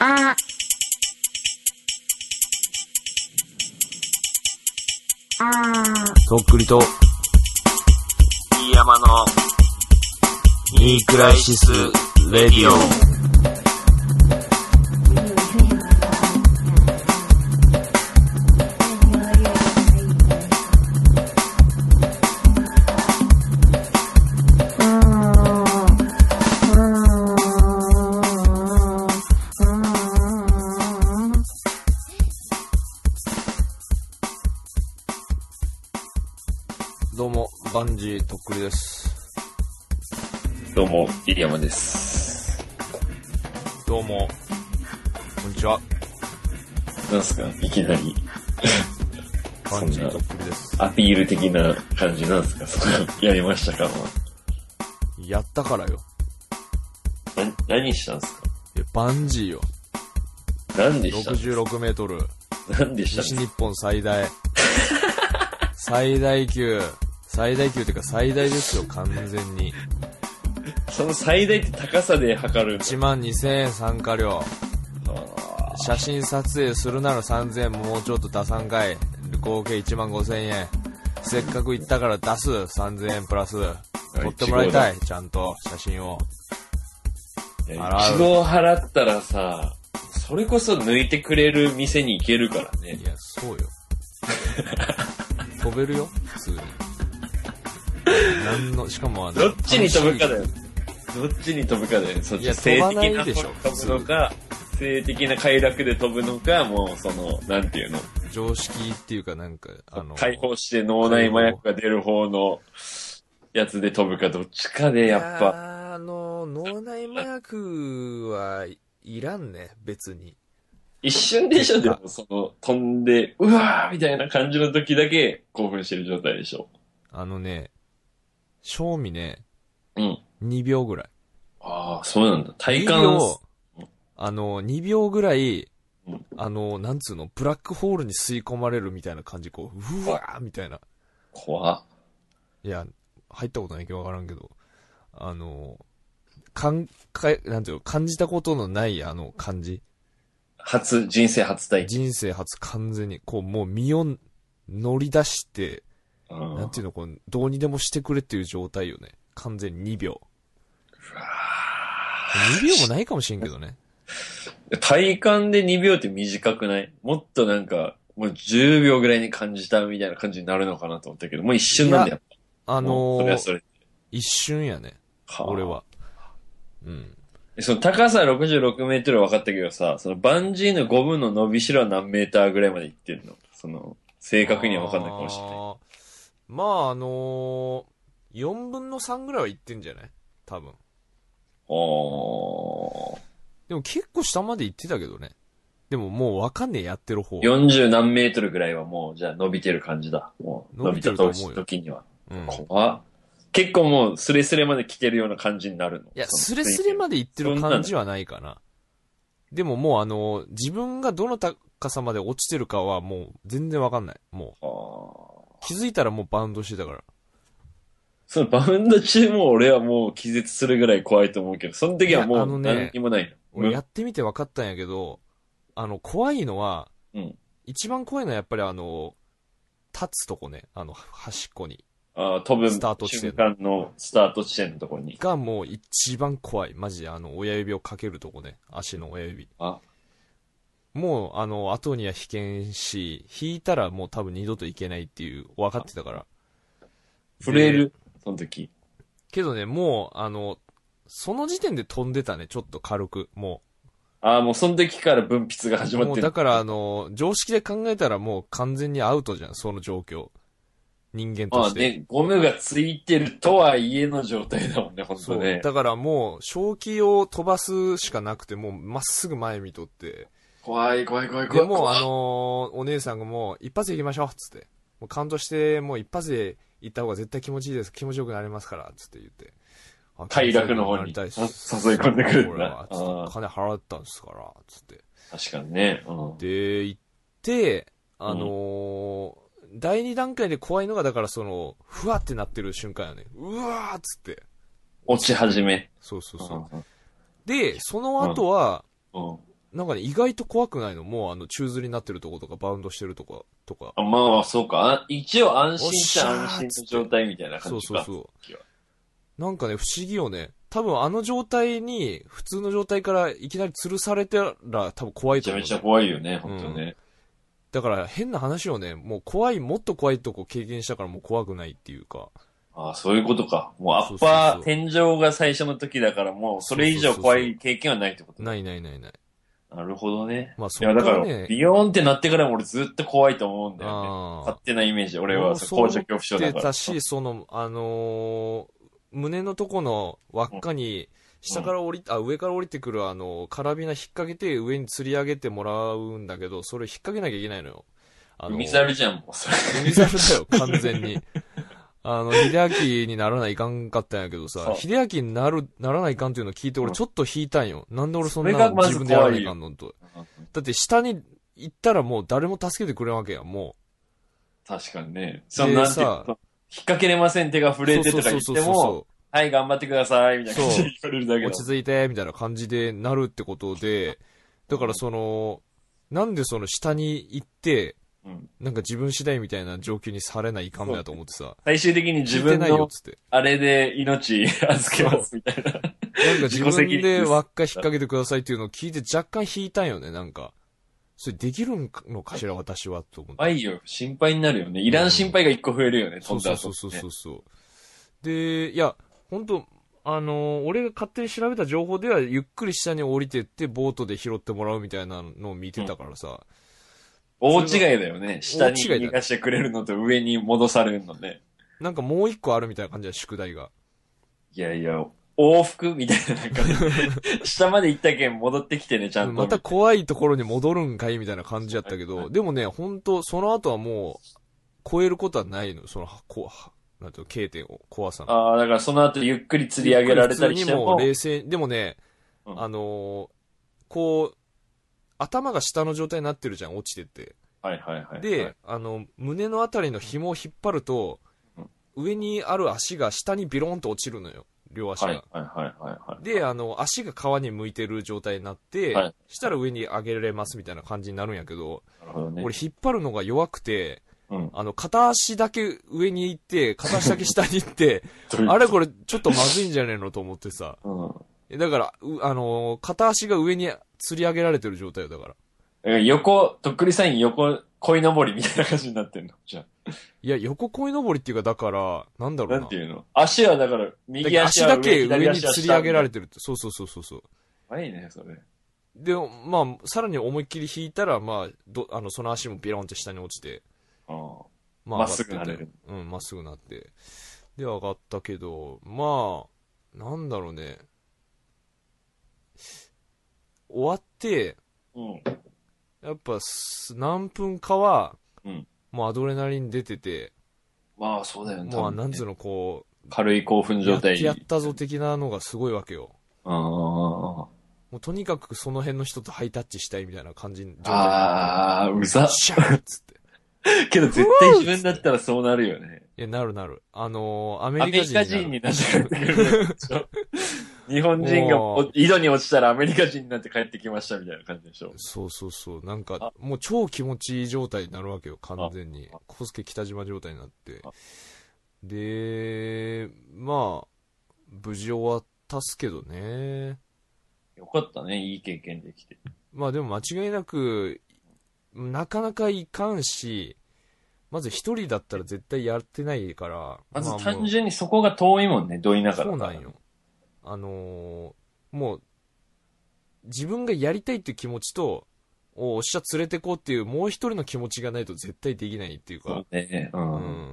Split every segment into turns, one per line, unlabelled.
あー。あー。
とっくりと、
飯山の
ニークライシス・レディオ。どうも、バンジーとっくりです。
どうも、飯山です。
どうも、こんにちは、
なんすかいきなり。
バンジーとっくりです。
アピール的な感じなんすかそこやりましたか
やったからよ。
な何したんすか
いやバンジーよ。
何でした
66メートル。
何でした
西日本最大。 最大級。最大級っていうか最大ですよ、完全に。
その最大って高さで測るんだ
1万2000円参加料。
あ
写真撮影するなら3000円もうちょっと出さんかい合計1万5000円せっかく行ったから出す3000円プラス撮ってもらいたいちゃんと写真を
ー
払う
一度払ったらさ、それこそ抜いてくれる店に行けるからね
い。やそうよ 飛べるよ普通になんのしかもあの
どっちに飛ぶかだよ。どっちに飛ぶかだよ。そっ
い
ち
や
性
飛ばない
的な
でしょ
飛ぶのか、性的な快楽で飛ぶのか、もうその、なんていうの、
常識っていうかなんかあの
解放して脳内麻薬が出る方のやつで飛ぶか、どっちかでやっ
い
ぱ、
やーあの脳内麻薬はいいらんね別に
一瞬でしょ、
い
で
や
もその、飛んで、うわーみたいな感じの時だけ興奮してる状態でしょ。
あのね正味ね
うん。
2秒ぐらい
ああ、そうなんだ。体
2
感、
秒、あの、2秒ぐらい
うん、
あの、なんつうの、ブラックホールに吸い込まれるみたいな感じ、こう、うわーみたいな。
怖っ
いや、入ったことないけどわからんけど、あの、感慨、なんていうの、感じたことのないあの感じ。
初、人生初体験。
人生初完全に、こう、もう身を乗り出して、
うん
なんていうの、こう、どうにでもしてくれっていう状態よね。完全に2秒。2秒もないかもしれんけどね。
体感で2秒って短くないもっとなんか、もう10秒ぐらいに感じたみたいな感じになるのかなと思ったけど、もう一瞬なんだよ。やっ
あ
ぱもう
の
それはそれ。
一瞬やね。
はあ
俺。は。うん。
その高さ66メートルは分かったけどさ、そのバンジーの5分の伸びしろは何メーターぐらいまでいってんのその、正確には分かんないかもしれない。
あーまあ、あのー、4分の3ぐらいはいってんじゃない多分。
おー。
でも結構下まで行ってたけどね。でももうわかんねえ、やってる方。
40何メートルぐらいはもう、じゃあ伸びてる感じだ。もう、
伸
伸
び
び
て
た
ると思うよ
時には。
うん。い
怖っ結構もう、スレスレまで来てるような感じになるの
や、スレスレまで行ってる感じはないかな。でももうあのー、自分がどの高さまで落ちてるかはもう全然わかんない。も
で。あー
う、気づいたらもうバウンドしてたから。
そのバウンド中も俺はもう気絶するぐらい怖いと思うけど、その時はい
や
も
あの
う
ね
何にもないの。
俺やってみて分かったんやけど、あの、怖いのは、
うん
一番怖いのはやっぱりあの、立つとこね、あの、端っこに。
あー飛ぶ
スタート地点
瞬間のスタート地点のところに。
がもう一番怖い。マジであの、親指をかけるとこね、足の親指。
あ
もう、あの、後には引けんし、引いたらもう多分二度といけないっていう、分かってたから。
震
で
える、その時。
けどね、もう、あの、その時点で飛んでたね、ちょっと軽く、もう。
ああ、もうその時から分泌が始ま
も
っ
う
て
だ
る。
から、あの、常識で考えたらもう完全にアウトじゃん、その状況。人間と
まあ
して。
ね、ゴムがついてるとはいえの状態だもんね、ほんと
そう。
ね。
だからもう、正気を飛ばすしかなくて、もうまっすぐ前見とって。
怖い怖い怖い怖
で
い。
もう、あのーお姉さんがもう、一発で行きましょう、つって。もうカウントして、もう一発で行った方が絶対気持ちいいです。気持ちよくなりますから、つって言って。あ
快楽の方に
気持ちよくなりたいっす
あ誘い込んでくるんだ
これはつって
あー
金払ったんですから、つって。
確かにね。うん
で、行って、あのー第2段階で怖いのが、だからその、ふわってなってる瞬間やね。うわーっつって。
落ち始め。
そうそう
う
そう。
ん
で、その後は、
うん
なんかね、意外と怖くないの。もうあの、宙吊りになってるとことか、バウンドしてるとことか。
あまあまあ、そうか。あ一応安心っちゃ
おっしゃーっつって
安心の状態みたいな
そ
感
う
じ
そう
か。
そ
時は
う。なんかね、不思議よね。多分あの状態に、普通の状態からいきなり吊るされたら多分怖い
めち
と
ゃ
思う
め。ちゃ怖いよね、本当ね。
だから変な話をね、もう怖い、もっと怖いとこ経験したからもう怖くないっていうか。
ああ、そういうことか。もうアッ
そうそう
パ
そ
ー、
う
天井が最初の時だから、もうそれ以上怖い経験はないってこと
ないないないない。
なるほどね。
まあ
い
そ
や、
っか
だからら、
ね、
ビヨーンってなってからも俺ずっと怖いと思うんだよね。
あー
勝手なイメージ。俺
も
は、
う
そう
そう
高所恐怖症だ
出
から。
たし、その、あのー胸のとこの輪っかに、下から降り、あ、上から降りてくるあの、カラビナ引っ掛けて上に釣り上げてもらうんだけど、それ引っ掛けなきゃいけないのよ。あの、
海猿じゃん、もうそれ。
海猿だよ、完全に。あの、秀明にならないかんかったんやけど
そ
さ
う、
秀明になる、ならないかんっていうのを聞いて俺ちょっと引いたんよ。なんで俺そん
それ
な
がまず
自分でやらないかんのんと。だって下に行ったらもう誰も助けてくれんわけやん、もう。
確かにね。その、なんていう
さ
か、引っ掛けれません、手が震えてとか言っても、はい、頑張ってください、みたいな感じで言われるだけだ
落ち着いて、みたいな感じでなるってことで、だからその、なんでその下に行って、
うん
なんか自分次第みたいな状況にされないかんのやと思ってさ、
最終的に自
聞いて
分
ないよ
の
っ、つって。
あれで 命預けます、みたいな。
なんか自
自己責
分
任
で
です
輪っか引っ掛けてくださいっていうのを聞いて若干引いたんよね、なんか。それできるのかしら、私は、と思って。
怖いよ、心配になるよね。いらん心配が一個増えるよね、
そ
飛
うんそ
だ
う
後
そ
ね
うそうそうそう。で、いや、本当あのー俺が勝手に調べた情報では、ゆっくり下に降りてって、ボートで拾ってもらうみたいなのを見てたからさ、
大違いだよね。下に
大違いだ
逃がしてくれるのと上に戻されるのね。
なんかもう一個あるみたいな感じだ、宿題が。
いやいや、往復みたいな、なんかね、 下まで行ったけん戻ってきてね、ちゃんと。
また怖いところに戻るんかいみたいな感じやったけ
はいは
ど、でもね、本当その後はもう、超えることはないの、その、こはなんていうの、K 点を、怖さの。
ああ、だからその後ゆっくり釣り上げられたりし
普
て
通にも
も
う、冷静にでもね、
うん
あのーこう、頭が下の状態になってるじゃん、落ちてって。
はいはいはい。
で、、あの、胸のあたりの紐を引っ張ると、上にある足が下にビロンと落ちるのよ、両足が。
はいはいはいはいはい。
で、あの、足が川に向いてる状態になって、
はい
したら上に上げられますみたいな感じになるんやけど、
なるほどね。
俺引っ張るのが弱くて、
うん
あの、片足だけ上に行って、片足だけ下に行って、あ
れ
れこれちょっとまずいんじゃねえのと思ってさ。
うん。
えだから、うあのー片足が上に釣り上げられてる状態よ、だから。
だから横、とっくりサイン横、鯉のぼりみたいな感じになってんの。じゃ
いや、横鯉のぼりっていうか、だから、なんだ
あ、
ろう
な
な。
んていうの足はだから、
だ
右
から
足
足
は
だけ上
左
に
足は下
釣り上げられてるって。そうそうそうそうそう。
怖いね、それ。
で、まあ、さらに思いっきり引いたら、まあ、ど、あの、その足もビロンって下に落ちて、
うん。
ま
まっすぐなれる。
上がっててうん、まっすぐなって。で、上がったけど、まあ、なんだろうね。終わって、
うん。
やっぱす、何分かは、
うん
もうアドレナリン出てて、
まあ、そうだよね。
も
多
う、
分ね
なんつうの、こ
軽い興奮
う、
状
やっ
態。
てやったぞ的なのがすごいわけよ。
うんうんうんうん。
もうとにかくその辺の人とハイタッチしたいみたいな感じの状態になっ
ああ、うざ
て。。シャーッつって。
けど絶対自分だったらそうなるよね。
いや、なるなる。あのーアメ
ア
リ
メ
カ
リ
人にな
カ
る。
人になって帰ってくるね。ちょ 日本人が
もう
井戸に落ちたらアメリカ人になって帰ってきましたみたいな感じでしょ。
そうそうそう。なんか
あ、
もう超気持ちいい状態になるわけよ、完全に。コスケ北島状態になって
あ。
で、まあ、無事終わったっすけどね。
よかったね、いい経験できて。
まあでも間違いなく、なかなかいかんし、まず一人だったら絶対やってないから。
まず
あもう
単純にそこが遠いもんね、どいながら。
そうなんよ。。あのーもう、自分がやりたいっていう気持ちと、おおっしゃ連れてこうっていう、もう一人の気持ちがないと絶対できないっていう
そ
か、
うね。う。
うん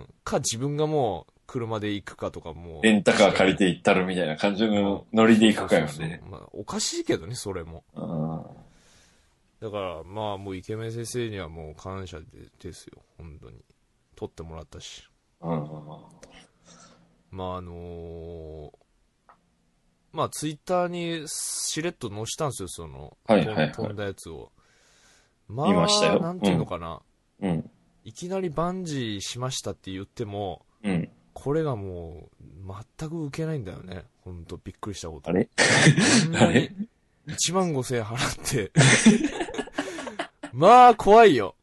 ん。か、自分がもう、車で行くかとかもう。
レンタカー借りて行ったるみたいな感じのノリで行くかよ
そうそう
ね
そ。うまあ、おかしいけどね、それも。
うん
だから、まあ、もうイケメン先生にはもう感謝でですよ、本当に。撮ってもらったし。
うん。
まああのーまあツイッターにしれっと載したんですよ、その、
はいはいはい
飛んだやつを。まあ、
見ましたよ
なんていうのかな、
うん。
いきなりバンジーしましたって言っても、
うん。
これがもう、全く受けないんだよね。ほんと、びっくりしたこと。
あれ
あんな
あ
に
れ
1万5千円払って。 まあ、怖いよ。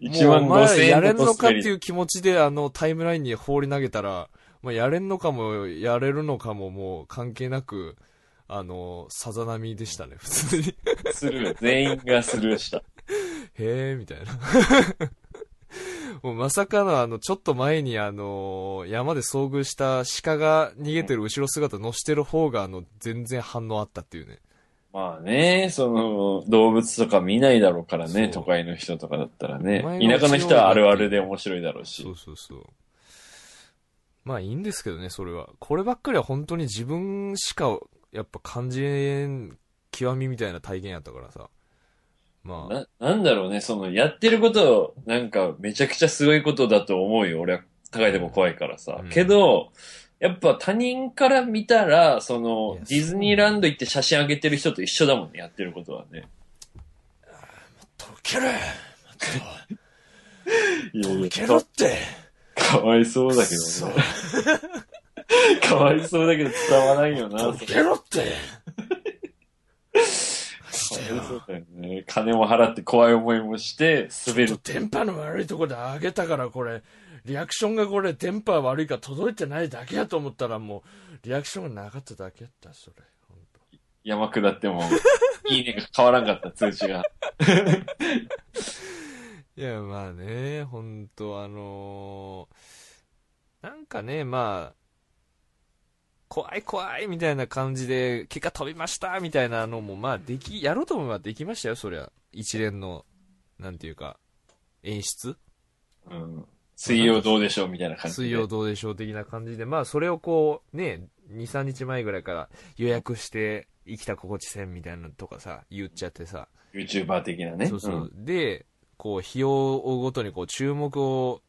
1万
もうお前
5千
や
円
れ
の
んの
コス
かっ
プ
てい
レ。
う気持ちで、あの、タイムラインに放り投げたら、まあ、やれんのかも、やれるのかも、もう関係なく、あの、さざ波でしたね、普通に。
スルー。全員がスルーした。
へえ、みたいな。 もうまさかのあの、ちょっと前にあの、山で遭遇した鹿が逃げてる後ろ姿乗してる方があの、全然反応あったっていうね。
まあね、その、動物とか見ないだろうからね、
そ
都
う
会の人とかだったら
お前
ね。
が
田舎の人はあるあるで面白いだろうし
そ。うそうそう。まあいいんですけどね、それは。こればっかりは本当に自分しか、やっぱ感じれん極みみたいな体験やったからさ。まあ、
な、なんだろうね、その、やってること、なんか、めちゃくちゃすごいことだと思うよ。俺は、高いでも怖いからさ。
うん
けど、やっぱ他人から見たら、そ
い
の
や、
ディズニーランド行って写真上げてる人と一緒だもんね、やってることはね。
とろけろ
いや
とろ
い
け
や
ろって
かわいそうだけどね。 かわいそうだけど伝わらないよな。
とろ
それ
けろって
かわいそうだよね。金も払って怖い思いもして、滑る。
電波の悪いとこで上げたからこれリアクションがこれ電波悪いから届いてないだけやと思ったらもうリアクションがなかっただけやったそれ本
山下っ ても、いいねが変わらんかった、通知が。
当いやまあね本当あのーなんかねまあ怖い怖いみたいな感じで結果飛びましたみたいなのもまあできやろうと思えばできましたよそりゃ一連のなんていうか演出
うん。水曜どうでしょうみたいな感じで。
水曜どうでしょう的な感じで、まあそれをこう、ね、2、3日前ぐらいから予約して生きた心地せんみたいなのとかさ、言っちゃってさ。
YouTuber 的なね。
そうそう。
ん
で、こう、費用をごとにこう、注目を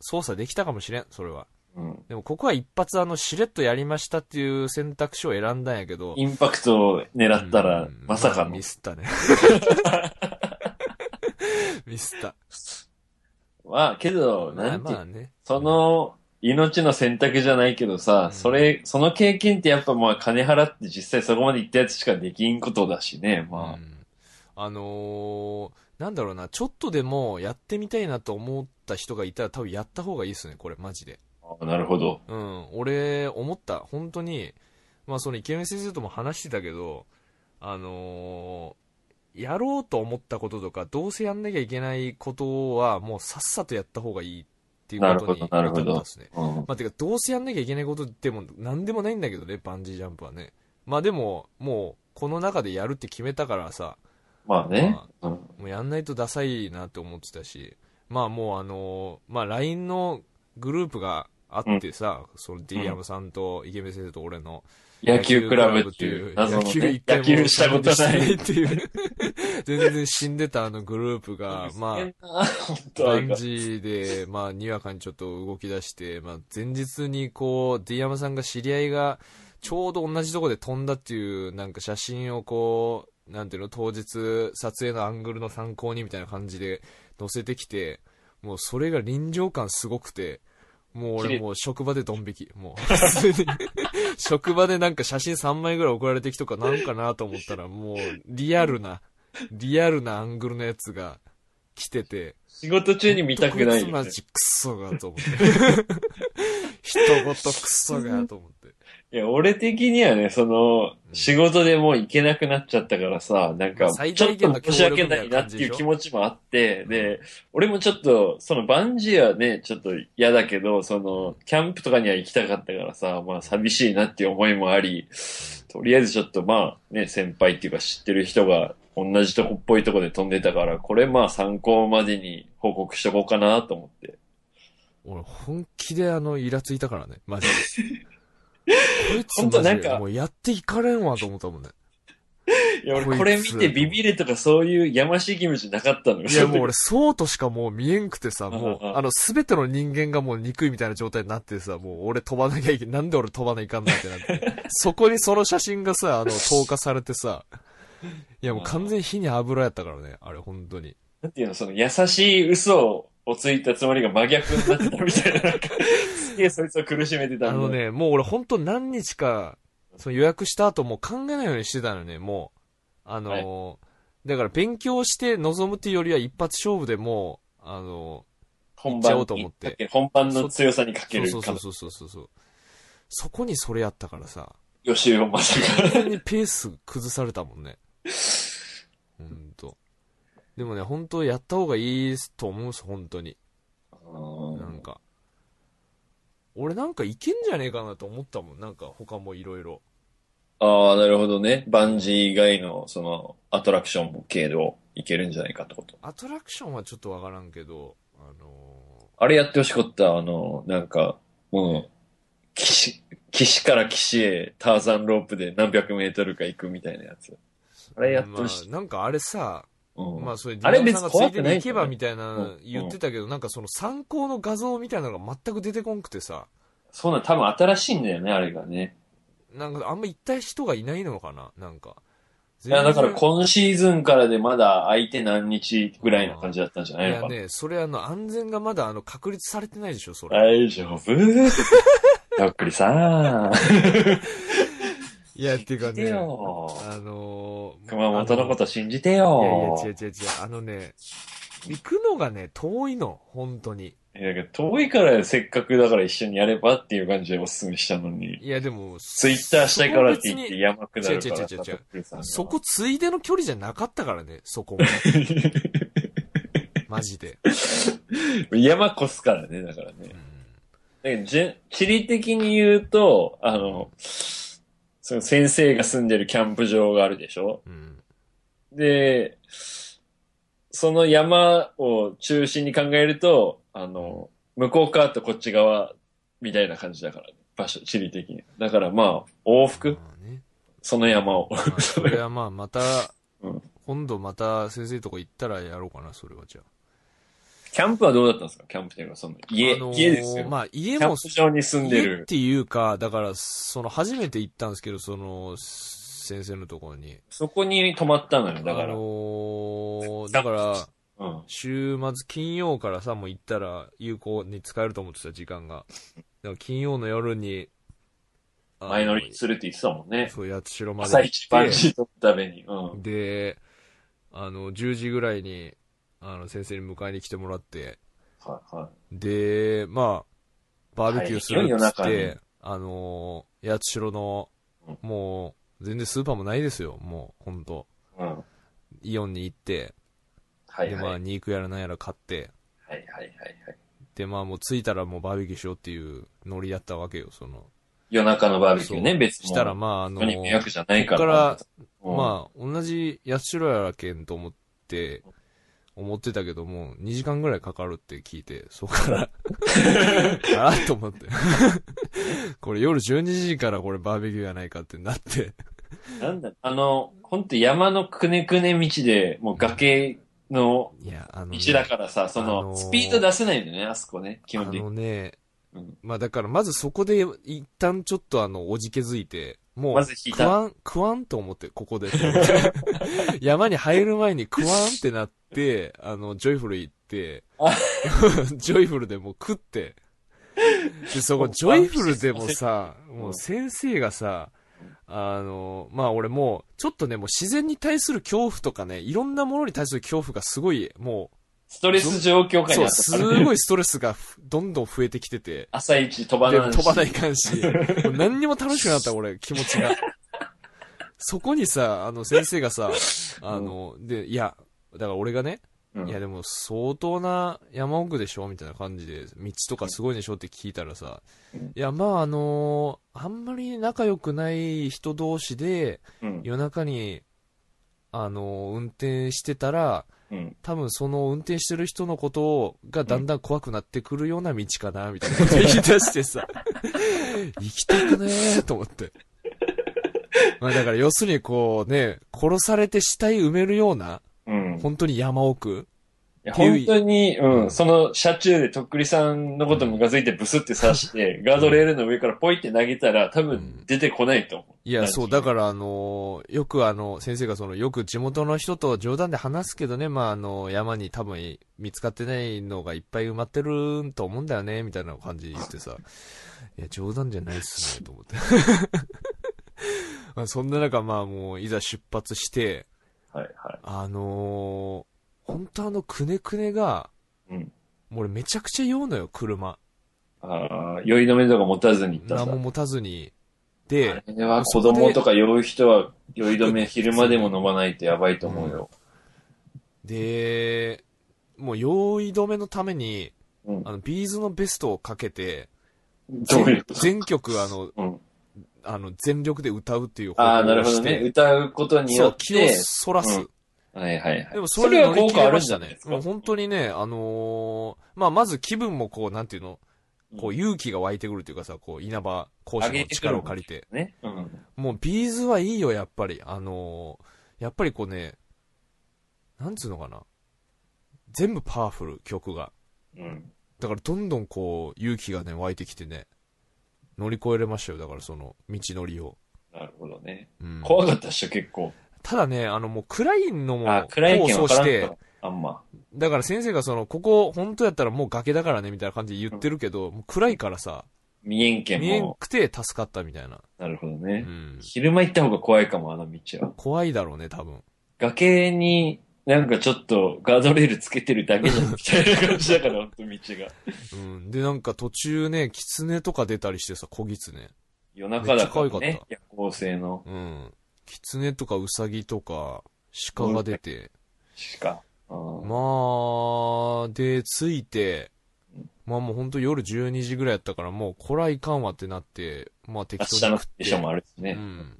操作できたかもしれん、それは。
うん。
でもここは一発あの、しれっとやりましたっていう選択肢を選んだんやけど。
インパクトを狙った
う
ら
ん、
まさか
あ
の
ミ。スったね。ミスった。
まあ、けど、
ま
な
あ
んていう
まあね。
その、命の選択じゃないけどさ、
うん
それ、その経験ってやっぱまあ金払って実際そこまで行ったやつしかできんことだしね、
う
ま
んあのーなんだろうな、ちょっとでもやってみたいなと思った人がいたら多分やった方がいいですね、これ、マジで。
あ。あなるほど。
うん、俺、思った。本当に、まあ、そのイケメン先生とも話してたけど、あのーやろうと思ったこととか、どうせやんなきゃいけないことは、もうさっさとやった方がいいっていうことに
なるほどなるほど
至ったっすね。
うん。
まあ、てか、どうせやんなきゃいけないことでも、なんでもないんだけどね、バンジージャンプはね。まあ、でも、もう、この中でやるって決めたからさ、
まあね
ま。
うん。
もうやんないとダサいなって思ってたし、まあもうあのーまあ LINE のグループがあってさ、そのディリアムさんとイケメン先生と俺の
野球クラブっていう謎の
野球
ね
一、回
野
も
球したこと
し
な
て
い。
っていう、 全然死んでたあのグループが、まあ、
あ、 本当あ
バ
れ
ン
が
ジーで、まあ、にわかにちょっと動き出して、まあ、前日にこう、D 山さんが知り合いが、ちょうど同じとこで飛んだっていう、なんか写真をこう、なんていうの、当日、撮影のアングルの参考にみたいな感じで載せてきて、もうそれが臨場感すごくて、もう俺もう職場でドン引き。もう、普通に職場でなんか写真3枚ぐらい送られてきとかなんかなと思ったら、もうリアルな、リアルなアングルのやつが来てて、
仕事中に見たくないよね、
こいつマジクソがと思って。 一言クソがと思って。
いや、俺的にはね、その、仕事でもう行けなくなっちゃったからさ、なん
ま
か、
あ最
ちょ
大
っと
限の
申し訳な
協力み
い
たい
な
な
っ
感じ
てい
でし
う
ょ
気持ちもあって、
ん
で、俺もちょっと、そのバンジーはね、ちょっと嫌だけど、その、キャンプとかには行きたかったからさ、まあ寂しいなっていう思いもあり、とりあえずちょっとまあ、ね、先輩っていうか知ってる人が、同じとこっぽいとこで飛んでたから、これまあ参考までに報告しとこうかなと思って。
俺、本気であの、イラついたからね、マジで。こいつ
ほんとな
マ
ん
ジで
か
もうやっていかれんわと思ったもんね。
いや、
こい
俺
つ
これ見てビビるとかそういうやましい気持ちなかったのよ。
いや、もう俺、そうとしかもう見えんくてさ、もう
うんうん、うん
あの、すべての人間がもう憎いみたいな状態になってさ、もう俺飛ばなきゃいけなんで俺飛ばないかんなってなって。そこにその写真がさ、あの、投下されてさ、いや、もう完全に火に油やったからね、あれ、本当に。
なんていうの、その優しい嘘をついたつもりが真逆になってたみたいな、なんか、すげえそいつを苦しめてた
あ
んだ
の。ね、もう俺本当何日か、その予約した後もう考えないようにしてたのよね、もう。あのーだから勉強して臨むっていうよりは一発勝負でもう、あの行
本
っちゃ
番
お
に
うと思って
かけ本番の強さにかけ
ー
る
そうそ
か
うそうそうそうそう。そこにそれやったからさ、
吉尾まさ
完
か。
全にペース崩されたもんね。 ほんと。でもね、本当やった方がいいと思うんです、本当に。なんか。俺なんかいけんじゃねえかなと思ったもん、なんか他もいろいろ。
ああ、なるほどね。バンジー以外の、その、アトラクション系をいけるんじゃないかってこと。
アトラクションはちょっとわからんけど、あの
あれやってほしかった。あの、なんか、もう、岸、岸から岸へターザンロープで何百メートルか行くみたいなやつ。あれやって
ー、ま
ほしい。
あ、なんかあれさ、
うん
まあそれ、
あれ別
ディ
に
ナーさんがついでに行けばみたいな言ってたけど、なんかその参考の画像みたいなのが全く出てこんくてさ、
そうなん、多分新しいんだよね、あれがね。
なんかあんま行った人がいないのかな、なんか。
い
全
や、
然
だから今シーズンからでまだ空いて何日ぐらいの感じだったんじゃない
い
の
や
かな。
ね、それあの、安全がまだあの、確立されてないでしょ、それ。
大丈夫 とっくりさん。
いや、っていうか
信じ
ね、
てよ
あのー、
熊本のこと信じて
あのいやいや、違
よ
う違う違う、あのね、行くのがね、遠いの、本当に。
いや、だけど遠いからせっかくだから一緒にやればっていう感じでおすすめしたのに。
いや、でも、
ツイッターしたいからって言って
そこ
山下るか
違
ら
う違う違う違う
とっくりさ
別
んが
にそこついでの距離じゃなかったからね、そこ も。マジで。
山越すからね、だからね。だけどじゅ地理的に言うと、あの、その先生が住んでるキャンプ場があるでしょ
うん。うん
で、その山を中心に考えると、あの、向こう側とこっち側みたいな感じだから、ね、場所、地理的に。だからまあ、往復、
まあ ね
その山を。
まあそれはまあ、また
うん、
今度また先生とこ行ったらやろうかな、それはじゃあ。
キャンプはどうだったんですかキャンプというか、その家、
あのー
家ですよ。
まあ、家
キャン
も
プ場に住んで
家っ
る。
ていうか、だから、その、初めて行ったんですけど、その、先生のところに。
そこに泊まったのよ、だか
あ
ら。
の
うん。
ーだから、週末金曜からさ、もう行ったら有効に使えると思ってた時間が。だから金曜の夜に、あの
前乗りするって言ってたもんね。
そう、八代まで
朝
行
一番
っ
ジー撮るために。うん。
て、で、あの、10時ぐらいに、あの、先生に迎えに来てもらって、
はいはい。
で、まあ、バーベキューするっつって、
はい夜中に
あのー、八代の
うん、
もう、全然スーパーもないですよ、もう、ほんと。
うん。
イオンに行って、
はいは
で、
い。はい
まあ、肉やらなんやら買って、
はいはいはい。
で、まあ、もう着いたらもうバーベキューしようっていうノリだったわけよ、その。
夜中のバーベキューね、
そう
別に。
したら、まあ、あの
本当に迷
ー、
惑じゃない
こ
か。
っからら、
うん
まあ、同じ八代やけんと思って、思ってたけども、2時間ぐらいかかるって聞いて、そこ から、あらと思って。 これ夜12時からこれバーベキューやないかってなって。
なんだ、あの、ほんと山のくねくね道で、もう崖の
いや、あの、ね
道、だからさ、そ
あの
の、
ー
スピード出せないんだよね、あそこね、基
あ
本的に。
のね
うん、
まあだからまずそこで一旦ちょっとあの、おじけづいて、も
ま
う
ず、引い
食
た。
わん、食わんと思って、ここで。 山に入る前に食わんってなって、あの、ジョイフル行って
あ、
ジョイフルでもう食って、で、そこ、ジョイフルでもさ、
ん
もう先生がさ、あの、まあ俺もう、ちょっとね、もう自然に対する恐怖とかね、いろんなものに対する恐怖がすごい、も
ストレス状況
う、そ
下にあ
う、
った
す
からね
ごいストレスがふどんどん増えてきてて、
朝一飛ば
で
ない
も飛ばないかんし、 もう何にも楽しくなった、俺、気持ちが。そこにさ、あの、先生がさ、あの、で、いや、だから俺がね、
うん
いやでも相当な山奥でしょみたいな感じで、道とかすごいでしょって聞いたらさ
うん、
いや、まああのあんまり仲良くない人同士で、
うん
夜中に、あの運転してたら、
うん
多分その運転してる人のことをがだんだん怖くなってくるような道かな、みたいなこと 言い出してさ、行きたくねーと思って。まあだから要するにこうね、殺されて死体埋めるような、
うん。
本当に山奥。
いや
っていう
本当に、う、
うんん
その車中でとっくりさんのことムカついてブスって刺して、ガードレールの上からポイって投げたら、多分出てこないと思う。
いや、そう、だ
ら。
からあのーよくあの、先生がその、よく地元の人と冗談で話すけどね、まああの、山に多分見つかってないのがいっぱい埋まってると思うんだよね、みたいな感じで言ってさ、 いや、冗談じゃないっ すね、と思って。まあそんな中、まあもう、いざ出発して、
はいは
あのー、本当あのくねくねが、
うん
もう俺めちゃくちゃ酔うのよ、車。
い。ああ、酔いの目とか持たずに行った
何
ん
も
だ。
持たずに。で、
あれは子供とか酔う人は酔い止め昼間でも飲まないとやばいと思うよ。
で、もう用意止めのために、
うん
あの、ビーズのベストをかけて、
どういうこと
全曲あの、
うん。
あの、全力で歌うっていう方
ああ、なる
を
ほど
し
ね。
て、
歌うことに
そ
よ
う
っ、
気を
て、
そらす。
うんはいはいはい。
でもそれ乗り切れましたね。
そ
も
れ
う
は効果あるん
本当にね、あのーまあ、まず気分もこう、なんていうのこう、勇気が湧いてくるというかさ、こう、稲葉講師の力を借りて。
じゃないですか。ね。
もう、ビーズはいいよ、やっぱり。あのーやっぱりこうね、なんつうのかな。全部パワフル、曲が。
うん。うん。
だから、どんどんこう、勇気がね、湧いてきてね、乗り越えれましたよ。だから、その、道のりを。
なるほどね。
うん、
怖かったっしょ、結構。
ただね、あの、もう、暗いのも、
あ、暗い意見
功を
分
奏
から
し
ん
て
と、。あんま。
だから先生がその、ここ、本当やったらもう崖だからね、みたいな感じで言ってるけど、もう暗いからさ、
見えんけん
見えん
も。
くて助かったみたいな。
なるほど
う
ね。
ん。
昼間行った方が怖いかも、あの道は。
怖いだろうね、多分。
崖に、なんかちょっとガードレールつけてるだけじゃん、みたいな感じだから、ほんと道が。
うん。で、なんか途中ね、狐とか出たりしてさ、小狐。
夜中だか
めっちゃ可
ら
愛か
ね
っ。
夜行性の
うん。狐とかウサギとか、鹿が出て。
鹿。うん
まあ、で、着いて、まあもう本当夜12時ぐらいやったから、もうこらいかんわってなって、まあ
明
適当に
日の
食
ス
っ
テ
て。
ーションもあるしね
う。ん。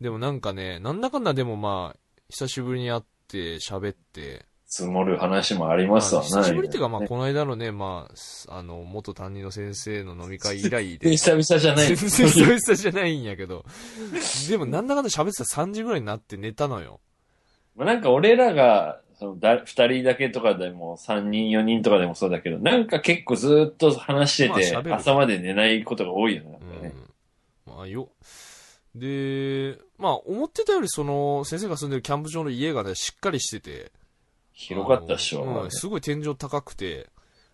でもなんかね、なんだかんだでもまあ、久しぶりに会って喋って、
積もる話もあります
まあ
わな。
久しぶりっていうかまあ、
ね
この間のね、まあす、あの、元担任の先生の飲み会以来で、
久々じゃない
全然久々じゃないんやけど、でもなんだかんだ喋ってたら3時ぐらいになって寝たのよ。
まあ、なんか俺らが、そのだ、二人だけとかでも、三人、四人とかでもそうだけど、なんか結構ずーっと話してて、
まあ喋る
朝まで寝ないことが多いよね。なん
う
かね
ん。まあよ。で、まあ思ってたよりその、先生が住んでるキャンプ場の家がね、しっかりしてて、
広かったっしょ。
あのうん、すごい天井高くて、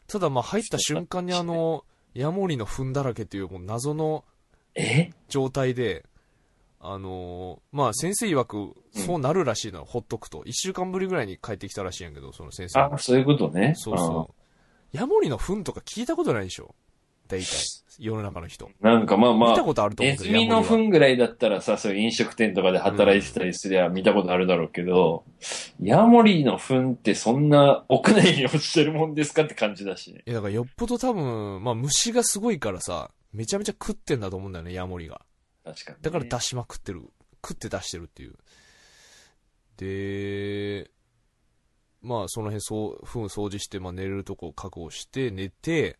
ただまあ入った瞬間にあの、ヤモリの糞だらけっていうもう謎の
え
状態で、あのーまあ先生曰く、そうなるらしいの、ほっとくと。一週間ぶりぐらいに帰ってきたらしいんやけど、その先生
あ
が、。
そういうことね。
そうそう。ヤモリの糞とか聞いたことないでしょ大体、世の中の人。
うん。なんかまあま
見た
あ、
ことあると思
ネ
うけ
ズ
ど。
ミの
ヤモリは
糞ぐらいだったらさ、そういう飲食店とかで働いてたりすりゃ見たことあるだろうけど、ヤモリの糞ってそんな屋内に落ちてるもんですかって感じだしね。
いや、だからよっぽど多分、まあ虫がすごいからさ、めちゃめちゃ食ってんだと思うんだよね、ヤモリが。
確かにね、
だから出しまくってる。食って出してるっていう。で、まあその辺そう、糞掃除して、まあ寝れるとこを確保して寝て、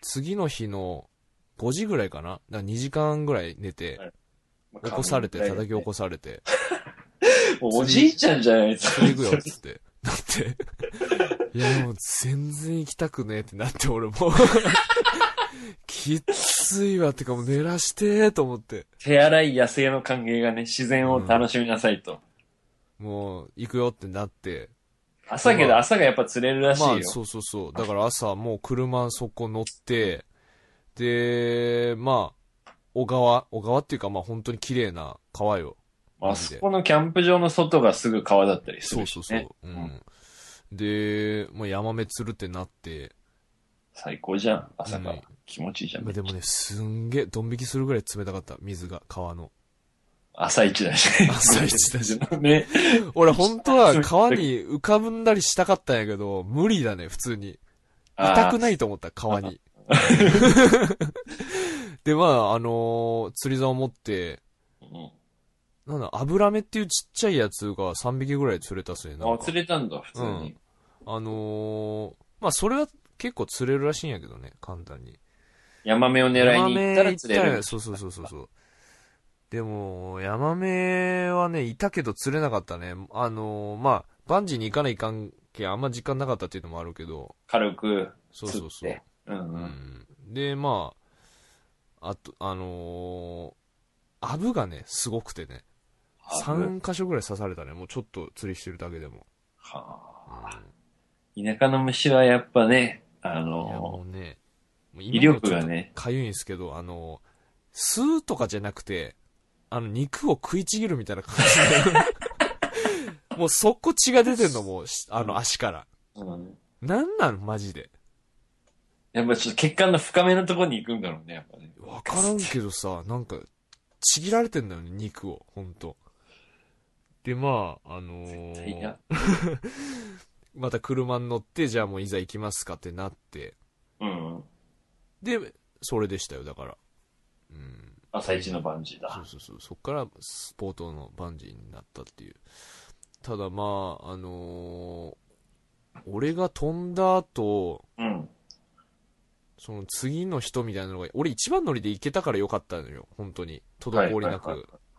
次の日の5時ぐらいかなだから2時間ぐらい寝て、
まあ
起こされて、
仮眠
叩き起こされて、
もうおじいちゃんじゃないですか
釣り行くよっつって。だって、いやもう全然行きたくねえってなって俺もう、きっついわってかもう寝らしてーと思って。
手荒い野生の歓迎がね、自然を楽しみなさいと。
もう行くよってなって、
朝け
ま
ど
あ
朝がやっぱ釣れるらしいよ。
まあ、そうそうそう。だから朝、もう車そこ乗って、で、まあ、小川、小川っていうか、まあ本当に綺麗な川よ。
まああそこのキャンプ場の外がすぐ川だったりす
そ
る
う
し、
そ
ね。
うそう。うん。で、まあヤマメ釣るってなって、
最高じゃん。朝から。
うん
気持ちいいじゃん。
まあでもね、すんげえ、ドン引きするぐらい冷たかった、水が、川の。
朝一だしね。
朝一だし。
ね。
俺本当 は川に浮かぶんだりしたかったんやけど、無理だね、普通に。痛
あ
く
ー
ないと思った、川 に。で、まあ、あのー釣り竿持って、
うん
なんだ、油目っていうちっちゃいやつが3匹ぐらい釣れたっすね。なん
あ、
か
釣れたんだ、普通に。
あのーまあ、それは結構釣れるらしいんやけどね、簡単に。
ヤマメを狙いに行ったら釣れ
ヤマメ行った
る
ら。そうそうそうそうそう。でも、ヤマメはね、いたけど釣れなかったね。あのーまあ、バンジーに行かないかんけん、あんま時間なかったっていうのもあるけど、
軽く。
そうそうそ
釣っ
う
て。うんう。
うんんで、まあ、あと、あのー、アブがね、すごくてね、
は
3箇所ぐらい刺されたね、もうちょっと釣りしてるだけでも。
あ
うん
田舎の虫はやっぱね、あ
いや、
の
もうね、もう
威
今も
力
ちょっ
が
と
ね、
かゆいんですけど、あの ー、吸うとかじゃなくて、あの、肉を食いちぎるみたいな感じで、もうそこ血が出てんの、もう、しあの足から。
うん
なんなん、マジで。
やっぱちょっと血管の深めのところに行くんだろうね、やっぱね。
わからんけどさ、なんか、ちぎられてんだよね、肉を、ほんと。で、まあ、あのー
絶対嫌
また車に乗って、じゃあもういざ行きますかってなって。
うん。
で、それでしたよ、だから。うん。
朝一のバンジー
そ
だ
う。そうそう。そっからスポートのバンジーになったっていう。ただまあ、あのー俺が飛んだ後、
うん。
その次の人みたいなのが、俺一番乗りで行けたからよかったのよ、本当に。滞りな
はい
く。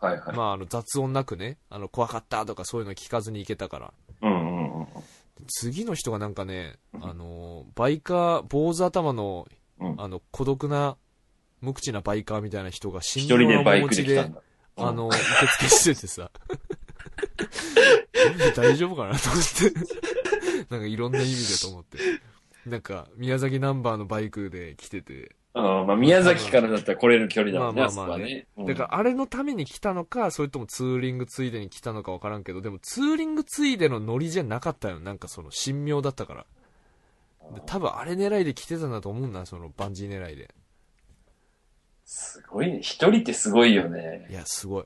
はいはい。
まあ、あの雑音なくね、あの怖かったとかそういうの聞かずに行けたから。
うんうんうん。
次の人がなんかね、
うん
あのーバイカー、坊主頭の、
うん
あの、孤独な、無口なバイカーみたいな人が
一
心
人でバイ
持
ク
ち
で来たんだ。うん
あ、の、受付しててさ。 大丈夫かなと思って。 なんかいろんな意味でと思って。なんか、宮崎ナンバーのバイクで来てて。
うんまあ宮崎からだったら来れる距離だもんね、
ま
あ
あ
そ
まあ
こ
まあ
はね
ね。
うん
だから、あれのために来たのか、それともツーリングついでに来たのかわからんけど、でもツーリングついでのノリじゃなかったよ。なんかその、神妙だったから。で多分あれ狙いで来てたんだと思うんだ、その、バンジー狙いで。
すごいね。一人ってすごいよね。
いや、すごい。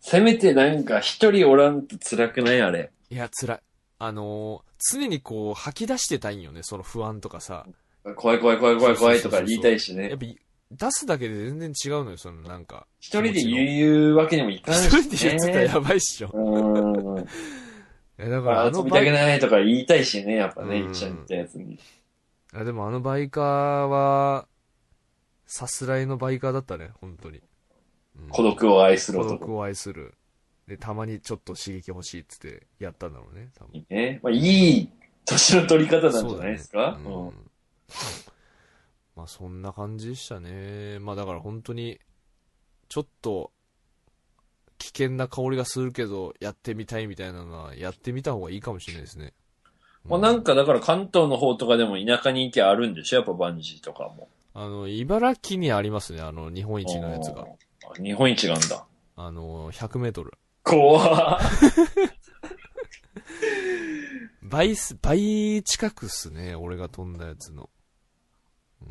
せめてなんか一人おらんと辛くないあれ。
いや、辛い。あのー常にこう、吐き出してたいんよね、その不安とかさ。
怖い怖い怖い怖い怖いとか言いたいし
や
ね
っ。ぱ出すだけで全然違うのよ、そのなんか。
一人で言うわけにもいかんし、ね。
一人で言ってたらやばいっしょ。
うん。
いやだからあ
遊
の
びた
バ
く
イ
ないとか言いたいしね、やっぱね、
うん
一緒に行ったやつに。
あでもあのバイカーは、さすらいのバイカーだったね、本当に。うん
孤独を愛する
孤
男。
独を愛する。で、たまにちょっと刺激欲しいっつってやったんだろうね、多分。
ね。まあ、いい年の取り方なんじゃないですか
そううだねうん
ん。
まあそんな感じでしたね。まあだから本当に、ちょっと、危険な香りがするけど、やってみたいみたいなのは、やってみた方がいいかもしれないですね。
まあ、なんかだから関東の方とかでも田舎に行きゃあるんでしょやっぱバンジーとかも。
あの、茨城にありますね、あの、日本一のやつが。
あ。日本一なんだ。
あの、100メートル。
怖っ
倍す、倍近くっすね、俺が飛んだやつの。うん。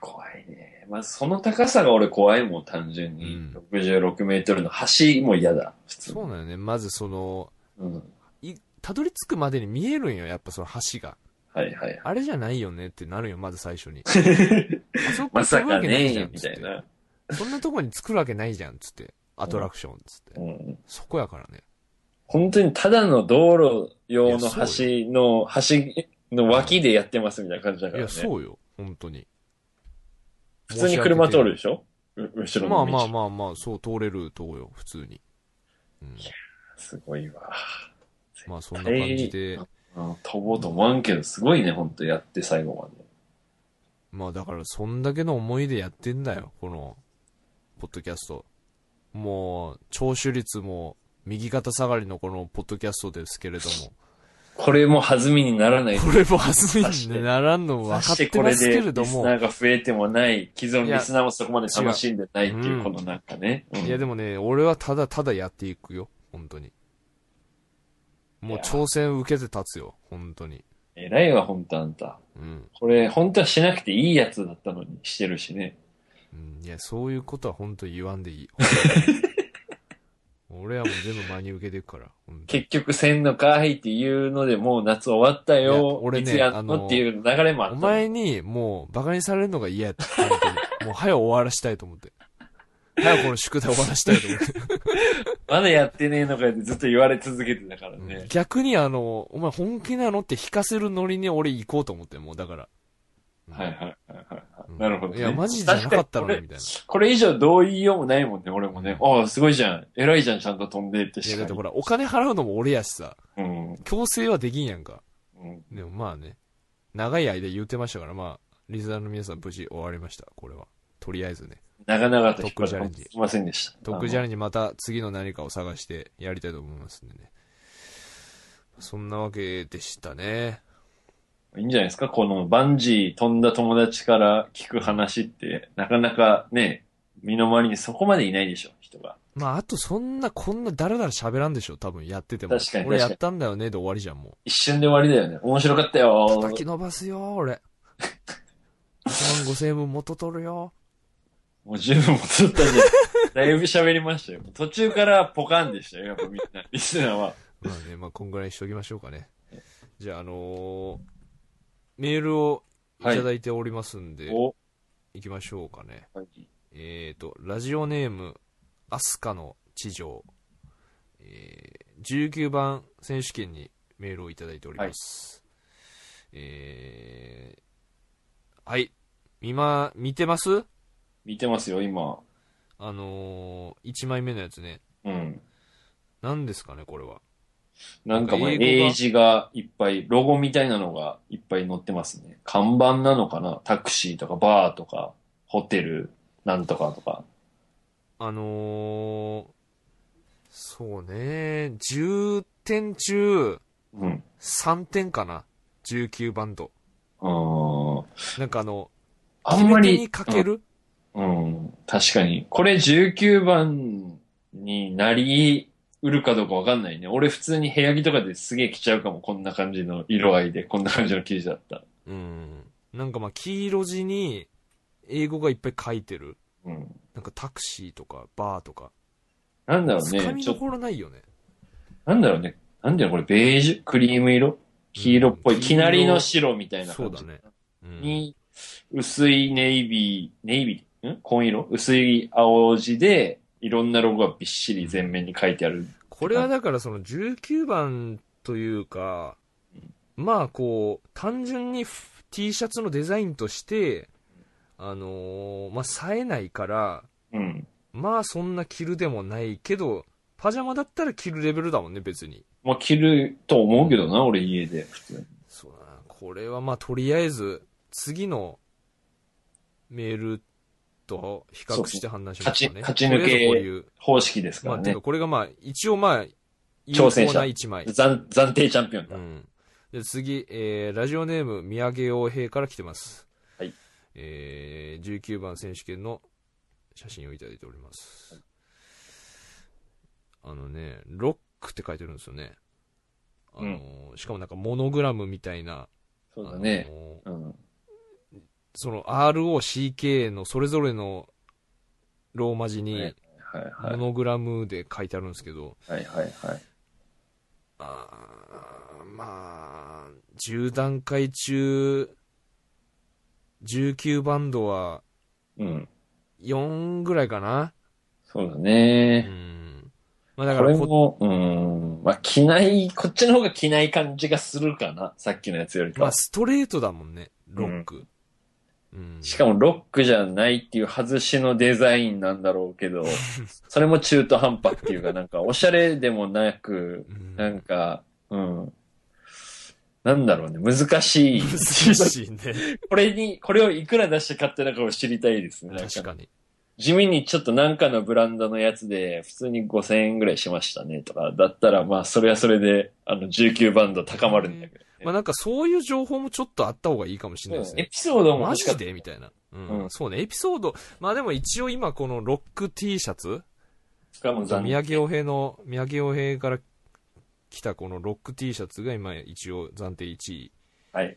怖いね。まずその高さが俺怖いもん、単純に。
うん
66メートルの橋も嫌だ、普通に。
そうなのね、まずその、
うん。
い、たどり着くまでに見えるんよ、やっぱその橋が。
はいはい。
あれじゃないよねってなるよ、まず最 初に。あそこ
まさ
そう
か
いうわけないじゃ
ね
ん、
み
つ
た
っ
い
て
な。
そんなとこに作るわけないじゃん、つって。アトラクション、つって
う。ん。
そこやからね。
本当にただの道路用
い
の
やそ
橋の、橋の脇でやってますみたいな感じだか
いや、
らね。
そうよ、本当に。
普通に車通るでしょう後ろの
ま
道。
あまあまあまあ、そう、通れるとこよ、普通に。うん、
すごいわ。
まあ、そんな感じで。
うん飛ぼうと思わんけど、すごいね、本当やって最後まで。
まあ、だから、そんだけの思いでやってんだよ、この、ポッドキャスト。もう、聴取率も、右肩下がりのこの、ポッドキャストですけれども。
これも弾みにならない。
これも弾みにならんのも分か
そ
っ
して
て
こ
ま
れ
す
で
け
リ
れ
ス
ども。
ナーが増えてもない、既
い
存の
や
リスナーもそこまで楽しんでないっていううんこのなんかね。うん
いやでもね、俺はただただやっていくよ、本当に。もう
いや
挑戦受けて立つよ、本当に。
偉いわ、本当あんた。
うん。
これ、本当はしなくていいやつだったのにしてるしね。
うん、いや、そういうことは本当に言わんで いい。俺はもう全部真に受けていくから。本当に
結局せんのかいっていうので、もう夏終わった
いや
よ。
俺ね
いつや
あ
んの
の
っていう流れもあった
お
の。
前にもうバカにされるのが嫌やった。本 当にもう早終わらしたいと思って。早くこの宿題終わらしたいと思って。
まだやってねえのかよってずっと言われ続けてたから
うん
ね。
逆にあの、お前本気なのって引かせるノリに俺行こうと思って、もうだから。うん
はいはいはいはいは
う
い。
ん
なるほど、ね。
いや、マジじゃなかったのに、
確かに
み
こ
たいな。
れこれ以上どう言いようもないもんね、俺もね。
う
ああ、すごいじゃん。偉いじゃん、ちゃんと飛んでって
いや、
し
だっ
か
て
に
ほら、お金払うのも俺やしさ、
うん。
強制はできんやんか。
うん
でもまあね、長い間言うてましたから、まあ、リスナーの皆さん無事終わりました、これは。とりあえずね。
長々と引っ
特
張
ジャレ
っ
ン
て
ジ
すいませんでした。
特ジャレンジまた次の何かを探してやりたいと思いますんでね。そんなわけでしたね。
あのいいんじゃないですかこのバンジー飛んだ友達から聞く話って、なかなかね、身の回りにそこまでいないでしょ、人が。
まあ、あとそんな、こんなだらだら喋らんでしょ、多分やってても。
確かに
俺や
確かに
ったんだよねで終わりじゃん、 も
一瞬で終わりだよね。面白かったよ
う。叩き伸ばすよ、 俺。1万5000円分元取るよ。
もう十分戻っ たんで、だいぶ喋りましたよ。途中からポカンでしたよ、やっぱみんな。リスナーは。
まあね、まあ、こんぐらいにしときましょうかね。じゃあ、あのーメールをいただいておりますんで、
お、
行きましょうかね。
はい、
えー、と、ラジオネーム、アスカの地上、えー、19番選手権にメールをいただいております。えーはい、見ま、見てます
見てますよ、今。
あのー、1枚目のやつね。
うん。
何ですかね、これは。
なんかもう
なんか英語が
英字がいっぱい、ロゴみたいなのがいっぱい載ってますね。看板なのかなタクシーとかバーとか、ホテル、なんとかとか。
あのー、そうね、10点中
うん。
3点かな。19バンド。
うーん。
なんかあの、
あんま
決め手
り
に、かける、
うん、確かに。これ19番になりうるかどうかわかんないね。俺普通に部屋着とかですげえ着ちゃうかも。こんな感じの色合いで、こんな感じの生地だった。
うん。なんかまあ、黄色地に英語がいっぱい書いてる。
うん。
なんかタクシーとかバーとか。
なんだろう
つか
ね。
み
ちょ
ど
っと、
ころないよね。
なんだろうね。なんだろう、これベージュクリーム色黄色っぽ
う
い。
ん
きなりの白みたいな
そ
感
うだ
じ。
ね。うん。
に、薄いネイビー、ネイビー、ん紺色薄い青地で、いろんなロゴがびっしり全面に書いてある。
これはだからその19番というか、まあこう、単純に T シャツのデザインとして、あのーまあ、冴えないから、
うん。
まあそんな着るでもないけど、パジャマだったら着るレベルだもんね、別に。
まあ、着ると思うけどな、俺家で、普通に。
そうだなこれはまあとりあえず次のメールと比較して判断しましょうね
そうそう勝ち勝ち抜け
とりあえずこういう
方式ですか
ま
ら
あて
ね
か。これがまあ一応まあ
挑
有
戦者
効な一枚
暫暫定チャンピオンだ。
うんで次、えーラジオネーム三宅洋平から来てます
はい
えー、19番選手権の写真をいただいておりますあのねロックって書いてるんですよねあのーしかもなんかモノグラムみたいな
そうだね
あ。のー
うん。
その ROCK のそれぞれのローマ字
は
に
いはい
モ
は
ノグラムで書いてあるんですけど、
い。はいはいはい。
あーまあ、10段階中、19バンドは
うん。
4ぐらいかな。
そうだ
う
ね。
ん。まあだ
こ
から
れ
こ、
も、うん。まあ、着ない、こっちの方が着ない感じがするかな。さっきのやつよりか
まあ
は。
ストレートだもんね、ロック。うん。
しかもロックじゃないっていう外しのデザインなんだろう けど、それも中途半端っていうか、なんかおしゃれでもなく、
うん
なんか、うん。なんだろうね、難しい。
難しいね。
これに、これをいくら出して買ってたかを知りたいです ね。なん
確かに。
地味にちょっとなんかのブランドのやつで、普通に5000円ぐらいしましたねとか、だったらまあ、それはそれで、あの、19バンド高まるんだけどね。
まあなんかそういう情報もちょっとあった方がいいかもしれないですね
エ。ピソードも
マ
欲しか
ジ
った。
でみたいな、うん。
うん
そうね、エピソード。まあでも一応今このロック T シャツ、
しかも残
宮城洋平の、宮城洋平から来たこのロック T シャツが今一応暫定1位
はい。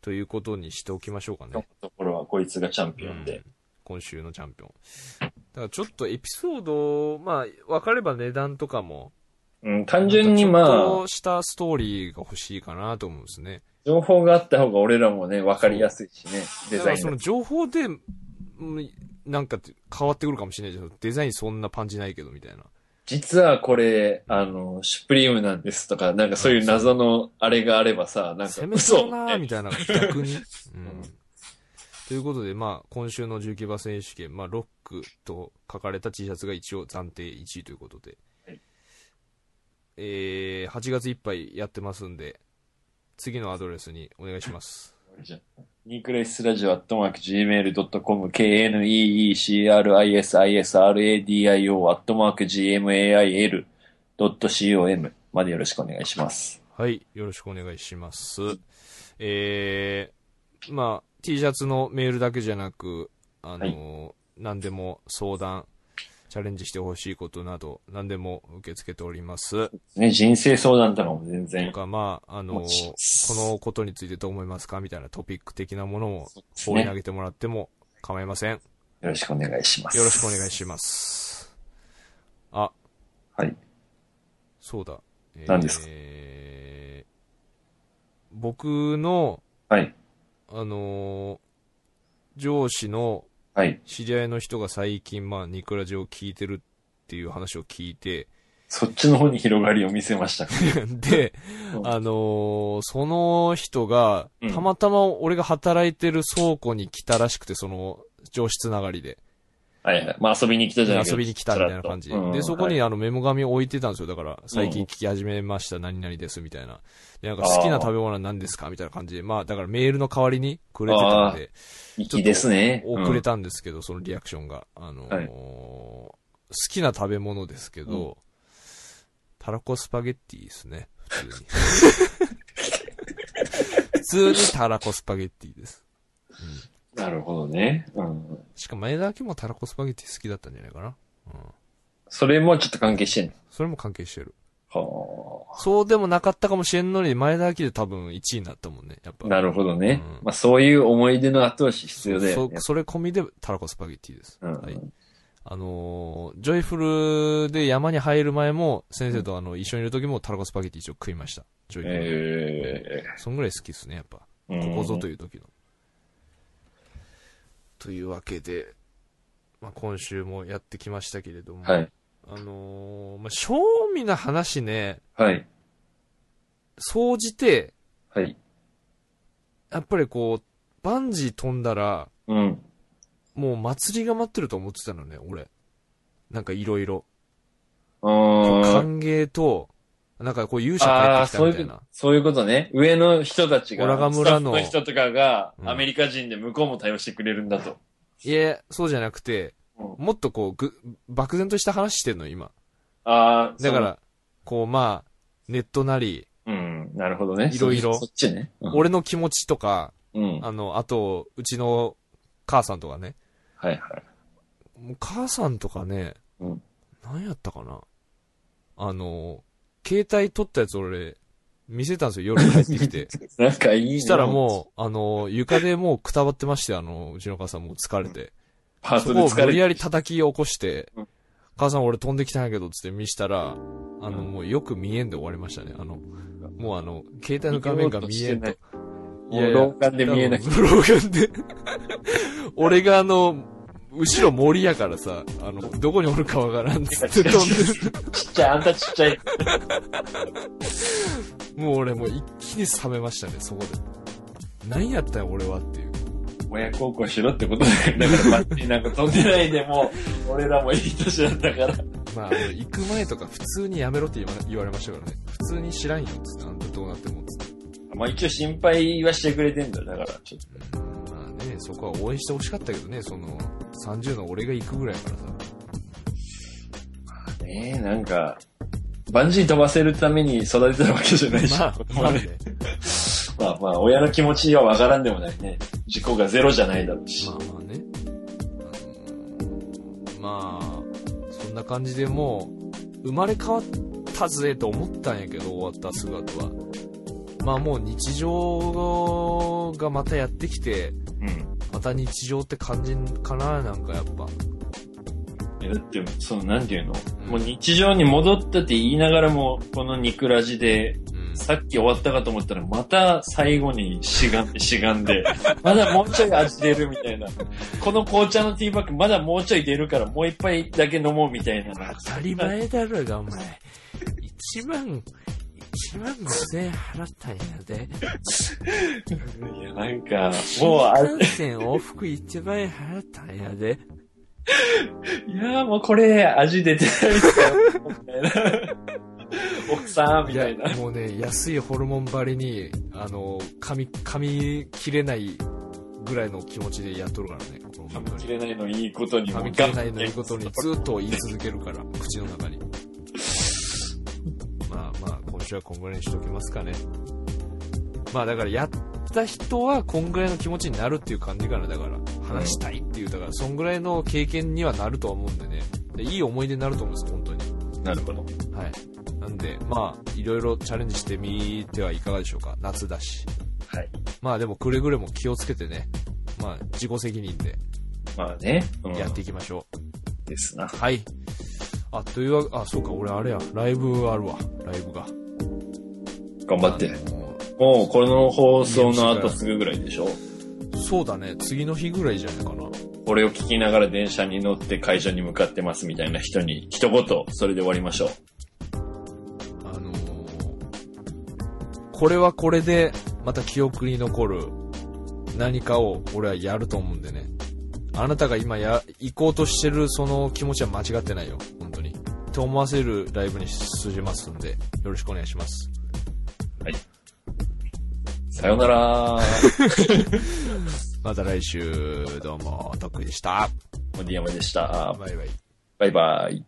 ということにしておきましょうか
の
ね。
ところはこいつがチャンピオン
うん
で。
今週のチャンピオン。だからちょっとエピソード、まあ、分かれば値段とかも、
うん、単純にま
なんかちょっ
あ、
としたストーリーが欲しいかなと思うんですね。
情報があった方が俺らもね、わかりやすいしね、デ
だ
ザ
から
イン
そ
だ
の
と
情報で、うんなんか変わってくるかもしれないじゃん。デザインそんなパンチないけどみたいな。
実はこれ、あの、シュプリームなんですとか、なんかそういう謎のあれがあればさ、なんか
攻め
嘘
そう
を
なー
ね
みたいな、逆 に。うん。ということで、まあ、今週の19番選手権、まあ、ロックと書かれた T シャツが一応暫定1位ということで。
はい
えー、8月いっぱいやってますんで、次のアドレスにお願いし ます。
ニークレイスラジオアットマーク Gmail.com KNEECRISISRADIO アットマーク GMAIL.com までよろしくお願いします。
はい、よろしくお願いします。えー、まあ、T シャツのメールだけじゃなく、あのー何でも相談、チチャレンジしてほしいことなど、何でも受け付けております。
ね、人生相談とかも全
と
然。
か、まあ、あの、
も
こ
ちろん
のことについてどう思いますかみたいなトピック的なものも
そうです
放り投
ね。
げてもらっても構いません。よ
よろしくお願いします。
ろしくお願い
ます。
します。あ、
はい。
そうだ。えー
何ですか
僕の、
はい。
あのー上司の
はい。
知り合いの人が最近、まあ、ニクラジを聞いてるっていう話を聞いて、
そっちの方に広がりを見せましたか。
で
う、ん
あのーその人が
う、ん
たまたま俺が働いてる倉庫に来たらしくて、その、上司つながりで、
はいはい。まあ遊びに来たじゃない
遊びに来たみたいな感じ。で、そこにあのメモ紙置いてたんですよ。だから、最近聞き始めました、何々です、みたいな。で、なんか好きな食べ物は何ですかみたいな感じで。まあ、だからメールの代わりにくれてたんで、
行きですね。
遅れ
た。
たんですけど、そのリアクションが。あのー
はい
好きな食べ物ですけど、たらこスパゲッティですね。普 通に。普通にたらこスパゲッティです。
なるほどね。うん。
しかも前田明もたらこスパゲッティ好きだったんじゃないかな。うん。
それもちょっと関係してん
それも関係してる。
の。は
そうでもなかったかもしれんのに、前田明で多分1位になったもんね。やっぱ。
あ。なるほどね。
うん
まあそういう思い出の後押し必要だよ
そ
ね。
それ込みでたらこスパゲッティです。
うん
はい。あのージョイフルで山に入る前も、先生とあの、一緒にいる時もタラコスパゲティ一応食いました。ジョイフルで。
え
そんぐらい好きですね、やっぱ。
えー。
ここぞと
いう
いう時の。というわけで、まあ、今週もやってきましたけれども、
ん。はい。
あのーまあ、正味な話ね、
はい。
総じて、
はい。
やっぱりこう、バンジー飛んだら、
うん。
もう祭りが待ってると思ってたのね、俺。なんかいろいろ。
うー
歓
ん。
迎と、なんかこう勇者
あ
帰っ
あ、
てきた
そう
み
い
たいうな。、
そういうことね。上の人たちが、
オラガ村の
スタッフの人とかが、
うん
アメリカ人で向こうも対応してくれるんだと。
いえ、そうじゃなくて、
う
もっとこう、ぐ、漠然とした話してんの、今。
ああ、
だから、こう、まあ、ネットなり、
その、うん、なるほどね。
いろいろ
そそっちね。うん、
俺の気持ちとか、
うん。は
あの、あと、うちの母さんとかね。
いはい。
もう母さんとかね、
うん
何やったかな。あの、携帯取ったやつ俺、見せたんですよ、夜帰って きて。
なんかいいね
したらもう、あの、床でもうくたばってまして、あの、うちの母さんもう疲れて。
パー
そ
ト
こ
で
を
疲
無
れ
理
て
やり叩き起こして
うん、
母さん俺飛んできたんやけどっつって見したら、あの、
うん
もうよく見えんで終わりましたね。あの、もうあの、携帯の画面が見えんと。い
もう老眼で見えなくて。
多分老眼で。 俺があの、後ろ森やからさ、あの、どこにおるかわからんっつって飛んで、
ちっちゃい、あんたちっちゃい。
もう俺もう一気に冷めましたね、そこで。何やったんや俺はっていう。
親孝行しろってことだから、だからバッチリなんか飛んでないでもう、俺らもいい年だったから。
まあ、あの行く前とか普通にやめろって言わ言われましたからね。普通に知らんよっつって、あんたどうなってもっつって。
まあ一応心配はしてくれてんだよ、だから。ちょっ
うんまあね、そこは応援してほしかったけどね、その、30の俺が行くぐらいやからさ。
とねえ、なんか、バンジー飛ばせるために育てたわけじゃないし。
まあ、まあね、
まあまあ、親の気持ちはわからんでもないね。事故がゼロじゃないだろうし
ま。あまあね。あのまあ、そんな感じでもう、生まれ変わったぜと思ったんやけど、終わった姿は。まあもう日常がまたやってきて、
うん。
また日常って感じかな、なんかやっぱ。
えだって、その、なんていうのもう日常に戻ったって言いながらも、この肉ラジで、
うん。
さっき終わったかと思ったら、また最後にしがんで、しがんで、 まだもうちょい味出るみたいな。この紅茶のティーバッグ、まだもうちょい出るから、もう一杯だけ飲もうみたいな。
当たり前だろが、お前。一万、一万五千円払ったんやで。
いや、なんか、もう、あ
新幹線往復一万円払ったんやで。
いやーもうこれ、味出てないですよ、みたいな。 奥さん、みたいな。
もうね、安いホルモンばりに、あの、噛み、噛み切れないぐらいの気持ちでやっとるからね、この
噛み切れないのいいことに
噛
も
み切れないのいいことにずっと言い続けるから、口の中に。まあまあ、今週はこんぐらいにしときますかね。まあだから、やった人はこんぐらいの気持ちになるっていう感じかな、だから。話したいっていう、だから、そんぐらいの経験にはなるとは思うんでね。でいい思い出になると思うんです、本当に。
なるほど。
はい。なんで、まあ、いろいろチャレンジしてみてはいかがでしょうか。夏だし。
はい。
まあでも、くれぐれも気をつけてね。まあ、自己責任で
まあね。うん、
やっていきましょう。
ですな。
はい。あ、というわけ、あ、そうか、俺あれや、ライブあるわ、ライブが。
頑張って。
あの
もうこの放送の後すぐぐらいでしょ
そうだね、次の日ぐらいじゃないかな。
これを聞きながら電車に乗って会場に向かってますみたいな人に一言、それで終わりましょう。
あのー、これはこれで、また記憶に残る何かを俺はやると思うんでね。あなたが今や、行こうとしてるその気持ちは間違ってないよ。本当に。と思わせるライブに進じますんで、よろしくお願いします。
さよなら。
また来週、どうも、とっくりでした。
森山でした。
バイバイ。
バイバイ。